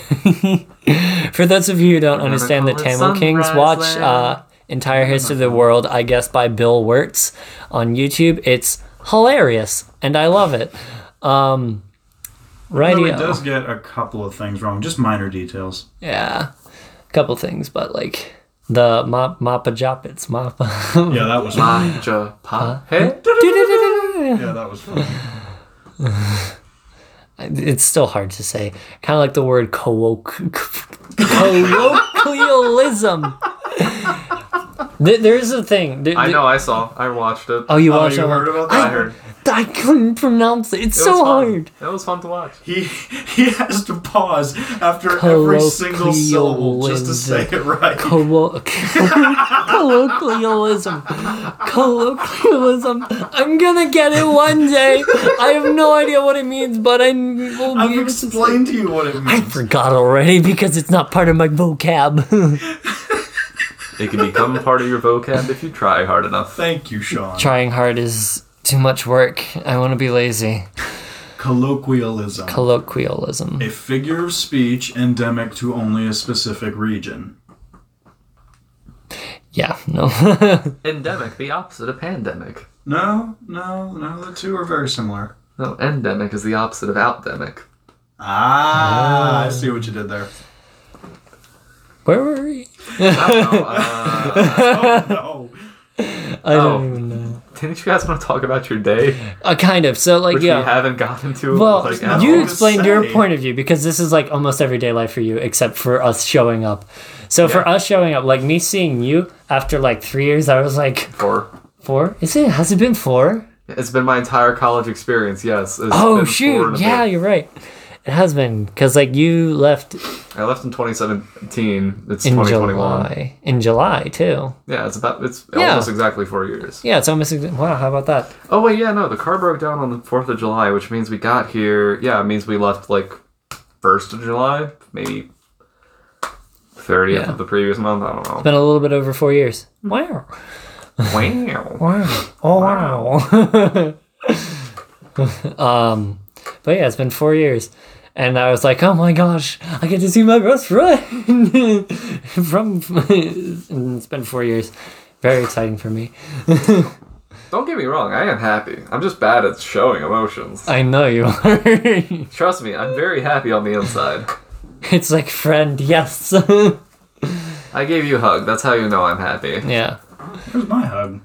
Speaker 1: for those of you who don't understand the
Speaker 3: gonna call it
Speaker 1: Tamil Kings,
Speaker 3: Sunrise
Speaker 1: watch
Speaker 3: Land.
Speaker 1: uh, Entire History of the World, I guess, by Bill Wirtz on YouTube. It's hilarious, and I love it. Um,
Speaker 2: Although it
Speaker 1: rightio.
Speaker 2: does get a couple of things wrong, just minor details.
Speaker 1: Yeah. A couple things, but like the ma- Mappa Joppets, Mappa.
Speaker 2: Yeah, that was
Speaker 3: Maja pa. Hey.
Speaker 2: yeah, that was fun.
Speaker 1: it's still hard to say. Kind of like the word colloq- colloquialism. Th- there is a thing. Th-
Speaker 3: I
Speaker 1: th-
Speaker 3: know. I saw. I watched it.
Speaker 1: Oh, you
Speaker 2: Oh,
Speaker 1: watched
Speaker 2: you
Speaker 1: that one?
Speaker 2: heard about
Speaker 1: I,
Speaker 2: that?
Speaker 3: I heard.
Speaker 1: I couldn't pronounce it. It's
Speaker 3: It was
Speaker 1: so
Speaker 3: fun.
Speaker 1: hard.
Speaker 3: It was fun to watch.
Speaker 2: He he has to pause after every single syllable just to say it right.
Speaker 1: Collo- colloquialism. Colloquialism. I'm gonna get it one day. I have no idea what it means, but I will be
Speaker 2: I've
Speaker 1: able to-
Speaker 2: explained to you what it
Speaker 1: I
Speaker 2: means.
Speaker 1: forgot already because it's not part of my vocab.
Speaker 3: It can become part of your vocab if you try hard enough.
Speaker 2: Thank you, Sean.
Speaker 1: Trying hard is too much work. I want to be lazy.
Speaker 2: Colloquialism.
Speaker 1: Colloquialism.
Speaker 2: a figure of speech endemic to only a specific region.
Speaker 1: Yeah, no.
Speaker 3: Endemic, the opposite of pandemic.
Speaker 2: No, no, no, the two are very similar.
Speaker 3: No, endemic is the opposite of outdemic.
Speaker 2: Ah, I see what you did there.
Speaker 1: Where were we?
Speaker 3: Oh,
Speaker 2: Oh,
Speaker 3: uh,
Speaker 2: no.
Speaker 1: I don't
Speaker 3: Oh.
Speaker 1: even know.
Speaker 3: didn't you guys want to talk about your day,
Speaker 1: Uh, kind of. So, like,
Speaker 3: which
Speaker 1: yeah.
Speaker 3: we haven't gotten to?
Speaker 1: Well,
Speaker 3: like,
Speaker 2: at
Speaker 1: you
Speaker 2: all.
Speaker 1: explained your
Speaker 2: Say.
Speaker 1: point of view because this is like almost everyday life for you, except for us showing up. So for us showing up, like me seeing you after like three years, I was like,
Speaker 3: for.
Speaker 1: four? Is it? Has it been four?
Speaker 3: It's been my entire college experience. Yes. It's
Speaker 1: Oh
Speaker 3: been four and
Speaker 1: shoot!
Speaker 3: a
Speaker 1: Yeah,
Speaker 3: bit.
Speaker 1: you're right. It has been because like you left
Speaker 3: I left in 2017. It's
Speaker 1: in
Speaker 3: 2021.
Speaker 1: July. In July too.
Speaker 3: Yeah, it's about it's
Speaker 1: Yeah.
Speaker 3: almost exactly four years.
Speaker 1: Yeah, it's almost exa- wow. How about that?
Speaker 3: Oh wait, yeah, no, the car broke down on the Fourth of July, which means we got here. Yeah, it means we left like first of July, maybe thirtieth
Speaker 1: Yeah.
Speaker 3: of the previous month. I don't know.
Speaker 1: Been a little bit over four years. Wow.
Speaker 3: wow.
Speaker 1: Wow. Oh wow. um but yeah, it's been four years. And I was like, oh my gosh, I get to see my best friend from and it's been four years. Very exciting for me.
Speaker 3: Don't get me wrong, I am happy. I'm just bad at showing emotions.
Speaker 1: I know you are.
Speaker 3: Trust me, I'm very happy on the inside.
Speaker 1: it's like friend, yes.
Speaker 3: I gave you a hug. That's how you know I'm happy.
Speaker 1: yeah.
Speaker 2: Where's my hug?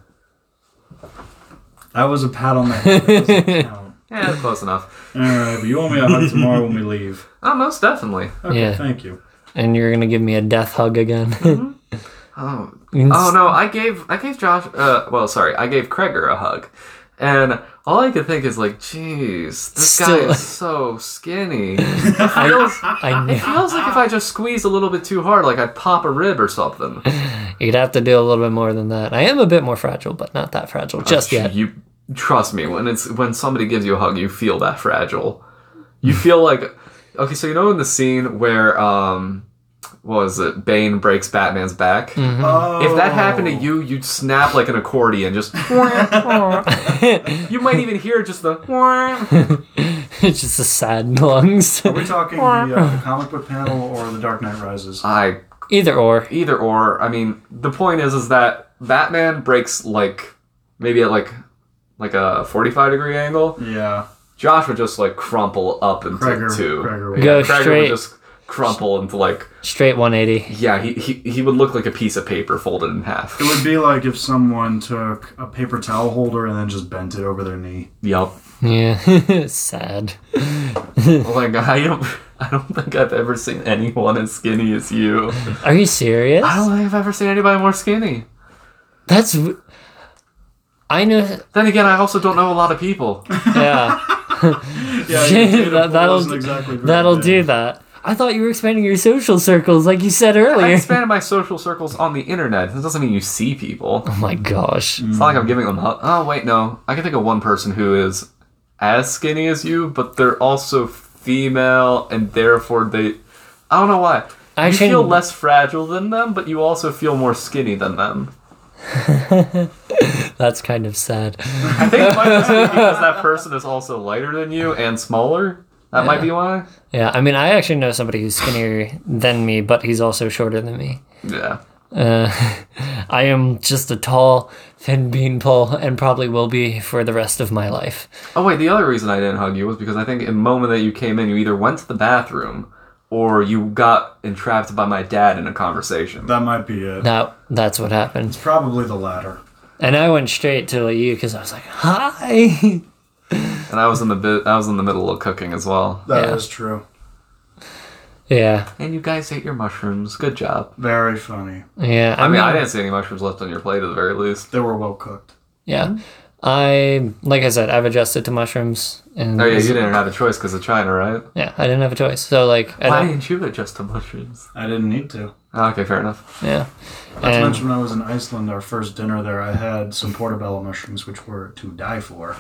Speaker 2: That was a pat on the head. That doesn't count.
Speaker 3: Yeah, close enough.
Speaker 2: All right, but you owe me a hug tomorrow when we leave.
Speaker 3: Oh, most definitely.
Speaker 2: Okay,
Speaker 1: Yeah.
Speaker 2: thank you.
Speaker 1: And you're gonna give me a death hug again.
Speaker 3: Oh, Oh no, I gave I gave Josh uh well sorry, I gave Kreger a hug. And all I could think is like, jeez, this
Speaker 1: Still-
Speaker 3: guy is so skinny. It feels,
Speaker 1: I
Speaker 3: it
Speaker 1: knew
Speaker 3: feels like if I just squeeze a little bit too hard, like I'd pop a rib or something.
Speaker 1: you'd have to do a little bit more than that. I am a bit more fragile, but not that fragile just yet.
Speaker 3: You trust me, when it's when somebody gives you a hug, you feel that fragile. You feel like okay, so you know in the scene where um what was it? Bane breaks Batman's back.
Speaker 2: Oh.
Speaker 3: Mm-hmm. If that happened to you, you'd snap like an accordion. Just you might even hear just the.
Speaker 1: it's just a sad lungs.
Speaker 2: Are we talking the, uh, the comic book panel or the Dark Knight Rises?
Speaker 3: I
Speaker 1: Either or.
Speaker 3: either or. I mean, the point is, is that Batman breaks like maybe at like like a forty-five degree angle.
Speaker 2: Yeah.
Speaker 3: Josh would just like crumple up into
Speaker 2: Gregor.
Speaker 3: two.
Speaker 2: Gregor.
Speaker 1: Go
Speaker 3: Gregor
Speaker 1: straight,
Speaker 3: would just crumple into like
Speaker 1: straight 180.
Speaker 3: yeah. He, he he would look like a piece of paper folded in half.
Speaker 2: It would be like if someone took a paper towel holder and then just bent it over their knee.
Speaker 3: Yup.
Speaker 1: Yeah, sad.
Speaker 3: Like I don't I don't think I've ever seen anyone as skinny as you.
Speaker 1: Are you serious?
Speaker 3: I don't think I've ever seen anybody more skinny.
Speaker 1: That's. w- I know.
Speaker 3: Then again, I also don't know a lot of people.
Speaker 1: Yeah,
Speaker 2: Yeah,
Speaker 1: That- that'll- that'll do that. I thought you were expanding your social circles, like you said
Speaker 3: I
Speaker 1: earlier.
Speaker 3: expanded my social circles on the internet. That doesn't mean you see people.
Speaker 1: Oh my gosh.
Speaker 3: It's not like I'm giving them up. Oh wait, no. I can think of one person who is as skinny as you, but they're also female, and therefore they. I don't know why.
Speaker 1: I
Speaker 3: you
Speaker 1: can-
Speaker 3: feel less fragile than them, but you also feel more skinny than them.
Speaker 1: That's kind of sad.
Speaker 3: I think it might just be because that person is also lighter than you and smaller. That might be why.
Speaker 1: Yeah, I mean, I actually know somebody who's skinnier than me, but he's also shorter than me.
Speaker 3: Yeah.
Speaker 1: Uh, I am just a tall, thin beanpole, and probably will be for the rest of my life.
Speaker 3: Oh wait, the other reason I didn't hug you was because I think in the moment that you came in, you either went to the bathroom or you got entrapped by my dad in a conversation.
Speaker 2: That might be it.
Speaker 1: That that's what happened.
Speaker 2: It's probably the latter.
Speaker 1: And I went straight to you because I was like, "Hi."
Speaker 3: And I was in the bit, I was in the middle of cooking as well.
Speaker 2: That is
Speaker 1: Yeah.
Speaker 2: true.
Speaker 1: yeah,
Speaker 3: And you guys ate your mushrooms. Good job.
Speaker 2: Very funny.
Speaker 1: yeah.
Speaker 3: I mean,
Speaker 1: mean-
Speaker 3: I didn't see any mushrooms left on your plate at the very least.
Speaker 2: They were well cooked.
Speaker 1: Yeah. I like I said, I've adjusted to mushrooms and
Speaker 3: Oh yeah, you didn't have a choice because of China, right?
Speaker 1: Yeah, I didn't have a choice. So like I
Speaker 3: Why
Speaker 1: don't-
Speaker 3: didn't you adjust to mushrooms?
Speaker 2: I didn't need to.
Speaker 3: Oh, okay, fair enough.
Speaker 1: yeah.
Speaker 2: Not to
Speaker 1: And-
Speaker 2: mention, when I was in Iceland, our first dinner there, I had some portobello mushrooms, which were to die for.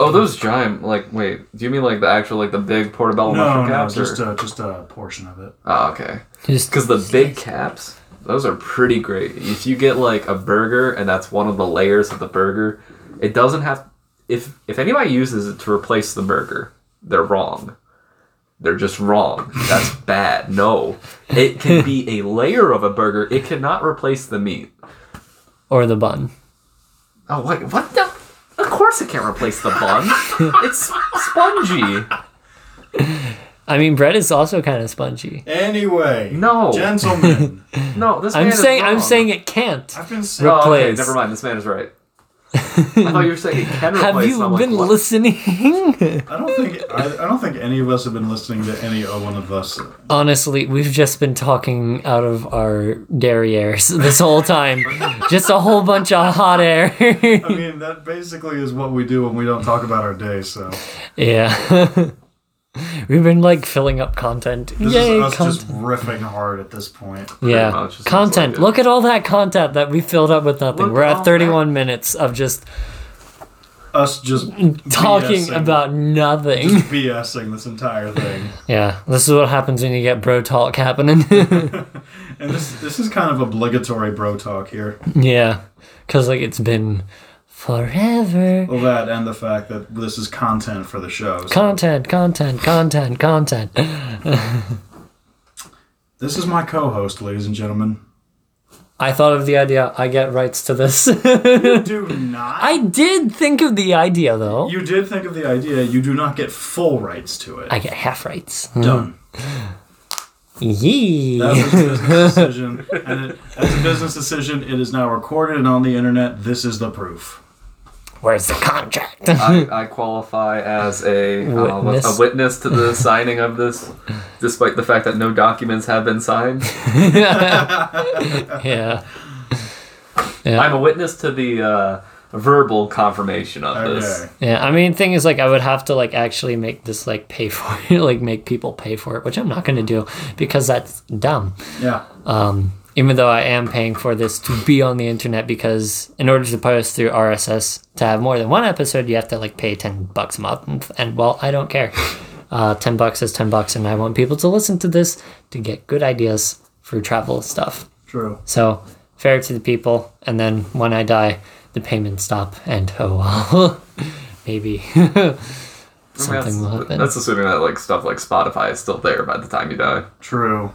Speaker 3: Oh, those giant like wait, do you mean like the actual like the big portobello
Speaker 2: No,
Speaker 3: mushroom
Speaker 2: no,
Speaker 3: caps? or-
Speaker 2: just a, just a portion of it.
Speaker 3: oh, okay.
Speaker 1: just
Speaker 3: Because the big caps, those are pretty great. If you get like a burger and that's one of the layers of the burger, it doesn't have. If if anybody uses it to replace the burger, they're wrong. They're just wrong. That's bad. No, it can be a layer of a burger. It cannot replace the meat.
Speaker 1: or the bun.
Speaker 3: Oh wait, what the? Of course it can't replace the bun. It's spongy.
Speaker 1: I mean, bread is also kind of spongy.
Speaker 2: Anyway,
Speaker 3: No.
Speaker 2: gentlemen,
Speaker 3: No, this.
Speaker 1: I'm
Speaker 3: man is
Speaker 1: saying I'm
Speaker 3: wrong.
Speaker 1: saying it can't.
Speaker 2: I've been saying
Speaker 3: Oh, okay,
Speaker 1: replace.
Speaker 3: never mind. This man is right. I thought you were saying it can replace.
Speaker 1: Have
Speaker 3: and
Speaker 1: you
Speaker 3: I'm like,
Speaker 1: been
Speaker 3: what?
Speaker 1: listening?
Speaker 2: I don't think I, I don't think any of us have been listening to any one of us.
Speaker 1: Honestly, we've just been talking out of our derrieres this whole time. just a whole bunch of hot air.
Speaker 2: I mean, that basically is what we do when we don't talk about our day. So this
Speaker 1: yeah. We've been like filling up content. Yay,
Speaker 2: is us
Speaker 1: content.
Speaker 2: just riffing hard at this point.
Speaker 1: Yeah.
Speaker 3: much, it seems
Speaker 1: Content.
Speaker 3: like it.
Speaker 1: Look at all that content that we filled up with nothing.
Speaker 3: Look
Speaker 1: We're
Speaker 3: at
Speaker 1: at
Speaker 3: all
Speaker 1: 31 minutes of just
Speaker 2: Us just
Speaker 1: talking
Speaker 2: BSing
Speaker 1: about nothing.
Speaker 2: just BSing this entire thing.
Speaker 1: yeah. This is what happens when you get bro talk happening.
Speaker 2: And this this is kind of obligatory bro talk here.
Speaker 1: yeah. Cuz like it's been forever.
Speaker 2: Well, that and the fact that this is content for the show. So
Speaker 1: Content, content, content, content.
Speaker 2: this is my co-host, ladies and gentlemen.
Speaker 1: I thought of the idea. I get rights to this.
Speaker 2: You do not.
Speaker 1: I did think of the idea though.
Speaker 2: you did think of the idea. You do not get full rights to it.
Speaker 1: I get half rights.
Speaker 2: Done.
Speaker 1: Yee.
Speaker 2: That was a business decision, and it, as a business decision, it is now recorded and on the internet. This is the proof.
Speaker 1: Where's the contract?
Speaker 3: I, I qualify as a uh, what's-
Speaker 1: Hmm. Witness.
Speaker 3: a witness to the signing of this, despite the fact that no documents have been signed.
Speaker 1: yeah.
Speaker 3: I'm a witness to the uh, verbal confirmation of this.
Speaker 2: Okay.
Speaker 1: Yeah, I mean, thing is, like, I would have to like actually make this like pay for it, like make people pay for it, which I'm not gonna do because that's dumb.
Speaker 2: Yeah.
Speaker 1: Um, even though I am paying for this to be on the internet, because in order to post through RSS to have more than one episode, you have to like pay ten bucks a month, and well, I don't care. Uh, ten bucks is ten bucks, and I want people to listen to this to get good ideas for travel stuff.
Speaker 2: True.
Speaker 1: So fair to the people, and then when I die, the payments stop, and oh well, maybe.
Speaker 3: I mean,
Speaker 1: Something will
Speaker 3: that's,
Speaker 1: happen.
Speaker 3: that's assuming that like stuff like Spotify is still there by the time you die.
Speaker 2: True.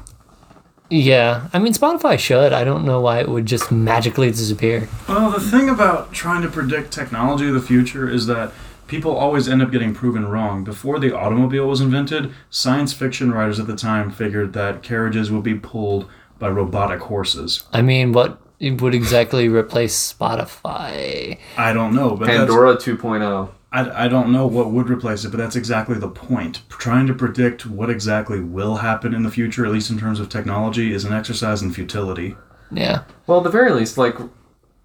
Speaker 1: Yeah, I mean Spotify should. I don't know why it would just magically disappear.
Speaker 2: Well, the thing about trying to predict technology of the future is that people always end up getting proven wrong. Before the automobile was invented, science fiction writers at the time figured that carriages would be pulled by robotic horses.
Speaker 1: I mean, what it would exactly replace Spotify?
Speaker 2: I don't know, but that's-
Speaker 3: Pandora oh. 2.0.
Speaker 2: I, I don't know what would replace it, but that's exactly the point. Trying to predict what exactly will happen in the future, at least in terms of technology, is an exercise in futility.
Speaker 1: Yeah.
Speaker 3: Well, at the very least, like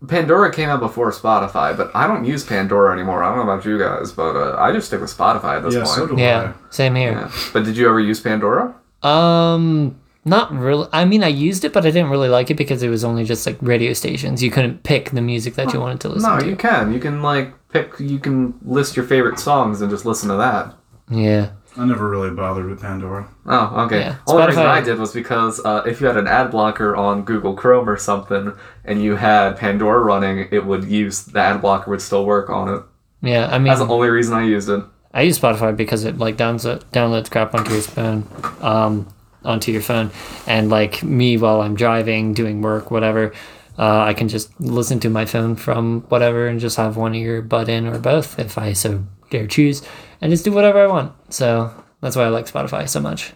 Speaker 3: Pandora came out before Spotify, but I don't use Pandora anymore. I don't know about you guys, but uh, I just stick with Spotify at this
Speaker 2: Yeah,
Speaker 3: point.
Speaker 2: so do
Speaker 1: Yeah. Same here.
Speaker 3: Yeah. But did you ever use Pandora?
Speaker 1: Um not really. I mean, I used it, but I didn't really like it because it was only just like radio stations. You couldn't pick the music that you wanted to listen
Speaker 3: No,
Speaker 1: to.
Speaker 3: you can. You can like pick. You can list your favorite songs and just listen to that.
Speaker 1: Yeah.
Speaker 2: I. I never really bothered with Pandora.
Speaker 3: Oh, okay.
Speaker 1: Yeah,
Speaker 3: Only reason
Speaker 1: Spotify-
Speaker 3: I did was because uh, if you had an ad blocker on Google Chrome or something, and you had Pandora running, it would use the ad blocker would still work on it.
Speaker 1: Yeah. I mean,
Speaker 3: That's the only reason I used it.
Speaker 1: I use Spotify because it like downs- downloads crap onto your phone, um, onto your phone, and like me while I'm driving, doing work, whatever, uh, I can just listen to my phone from whatever and just have one ear butt in or both if I so dare choose, and just do whatever I want. So that's why I like Spotify so much.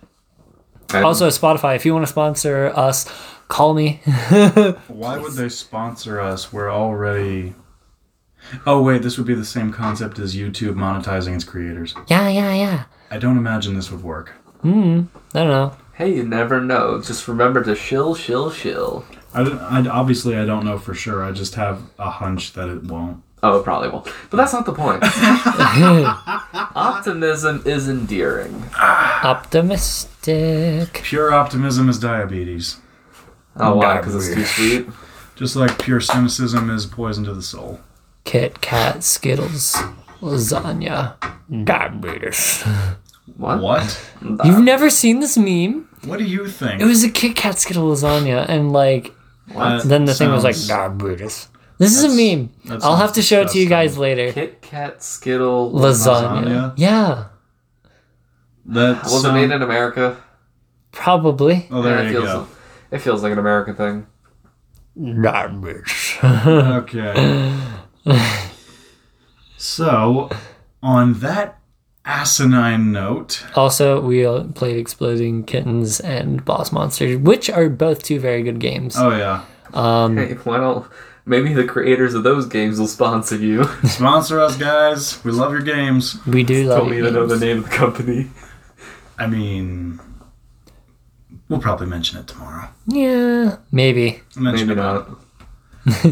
Speaker 3: I-
Speaker 1: Also, Spotify, if you want to sponsor us, call me.
Speaker 2: Why would they sponsor us? We're already. Oh wait, this would be the same concept as YouTube monetizing its creators.
Speaker 1: yeah, yeah, yeah.
Speaker 2: I don't imagine this would work.
Speaker 1: I don't know.
Speaker 3: hey, you never know. Just remember to shill, shill, shill.
Speaker 2: I, don't- I obviously I don't know for sure. I just have a hunch that it won't.
Speaker 3: Oh, it probably won't. But that's not the point. Optimism is endearing.
Speaker 1: Optimistic.
Speaker 2: Pure optimism is diabetes,
Speaker 3: Oh, why? Because it's too sweet?
Speaker 2: just like pure cynicism is poison to the soul.
Speaker 1: Kit Kat Skittles lasagna diabetes.
Speaker 3: What?
Speaker 2: What?
Speaker 1: You've never seen this meme?
Speaker 2: What do you think?
Speaker 1: It was a Kit Kat Skittle lasagna, and like
Speaker 2: That
Speaker 1: then the thing was like
Speaker 2: sounds-
Speaker 1: diabetes. This is a
Speaker 2: That's-
Speaker 1: meme.
Speaker 2: that
Speaker 1: I'll
Speaker 2: sounds
Speaker 1: have to show it to you guys later.
Speaker 3: Kit Kat Skittle
Speaker 1: Lasagna.
Speaker 2: Lasagna?
Speaker 1: Yeah,
Speaker 2: That
Speaker 3: Was it
Speaker 2: sound-
Speaker 3: made in America?
Speaker 1: probably.
Speaker 2: Oh, there
Speaker 3: it
Speaker 2: you
Speaker 3: feels,
Speaker 2: go.
Speaker 3: It feels like an American thing.
Speaker 1: Diabetes.
Speaker 2: Okay. so, on that asinine note,
Speaker 1: also, we uh, played Exploding Kittens and Boss Monsters, which are both two very good games.
Speaker 2: oh yeah,
Speaker 3: Hey, why don't maybe the creators of those games will sponsor you?
Speaker 2: sponsor us, guys. We love your games.
Speaker 1: we do love
Speaker 3: Don't even know
Speaker 1: games.
Speaker 3: the name of the company.
Speaker 2: I mean, we'll probably mention it tomorrow.
Speaker 1: Yeah, maybe.
Speaker 2: Mention
Speaker 3: Maybe
Speaker 2: about
Speaker 3: not.
Speaker 2: it.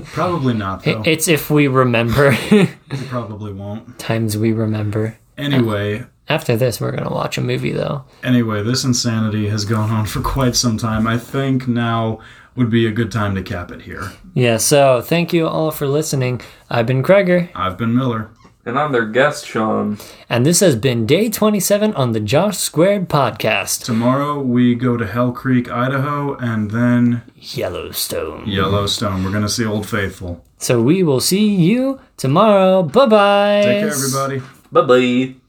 Speaker 2: Probably not though.
Speaker 1: It's if we remember.
Speaker 2: we probably won't.
Speaker 1: Times we remember.
Speaker 2: Anyway,
Speaker 1: After this, we're gonna watch a movie though.
Speaker 2: anyway, this insanity has gone on for quite some time. I think now would be a good time to cap it here.
Speaker 1: Yeah. So thank you all for listening. I've been Kreger,
Speaker 2: I've been Miller.
Speaker 3: And I'm their guest, Sean.
Speaker 1: and this has been day 27 on the Josh Squared podcast,
Speaker 2: Tomorrow we go to Hell Creek, Idaho, and then
Speaker 1: Yellowstone.
Speaker 2: Yellowstone. We're gonna see Old Faithful.
Speaker 1: So we will see you tomorrow. Bye bye.
Speaker 2: Take care, everybody.
Speaker 3: Bye bye.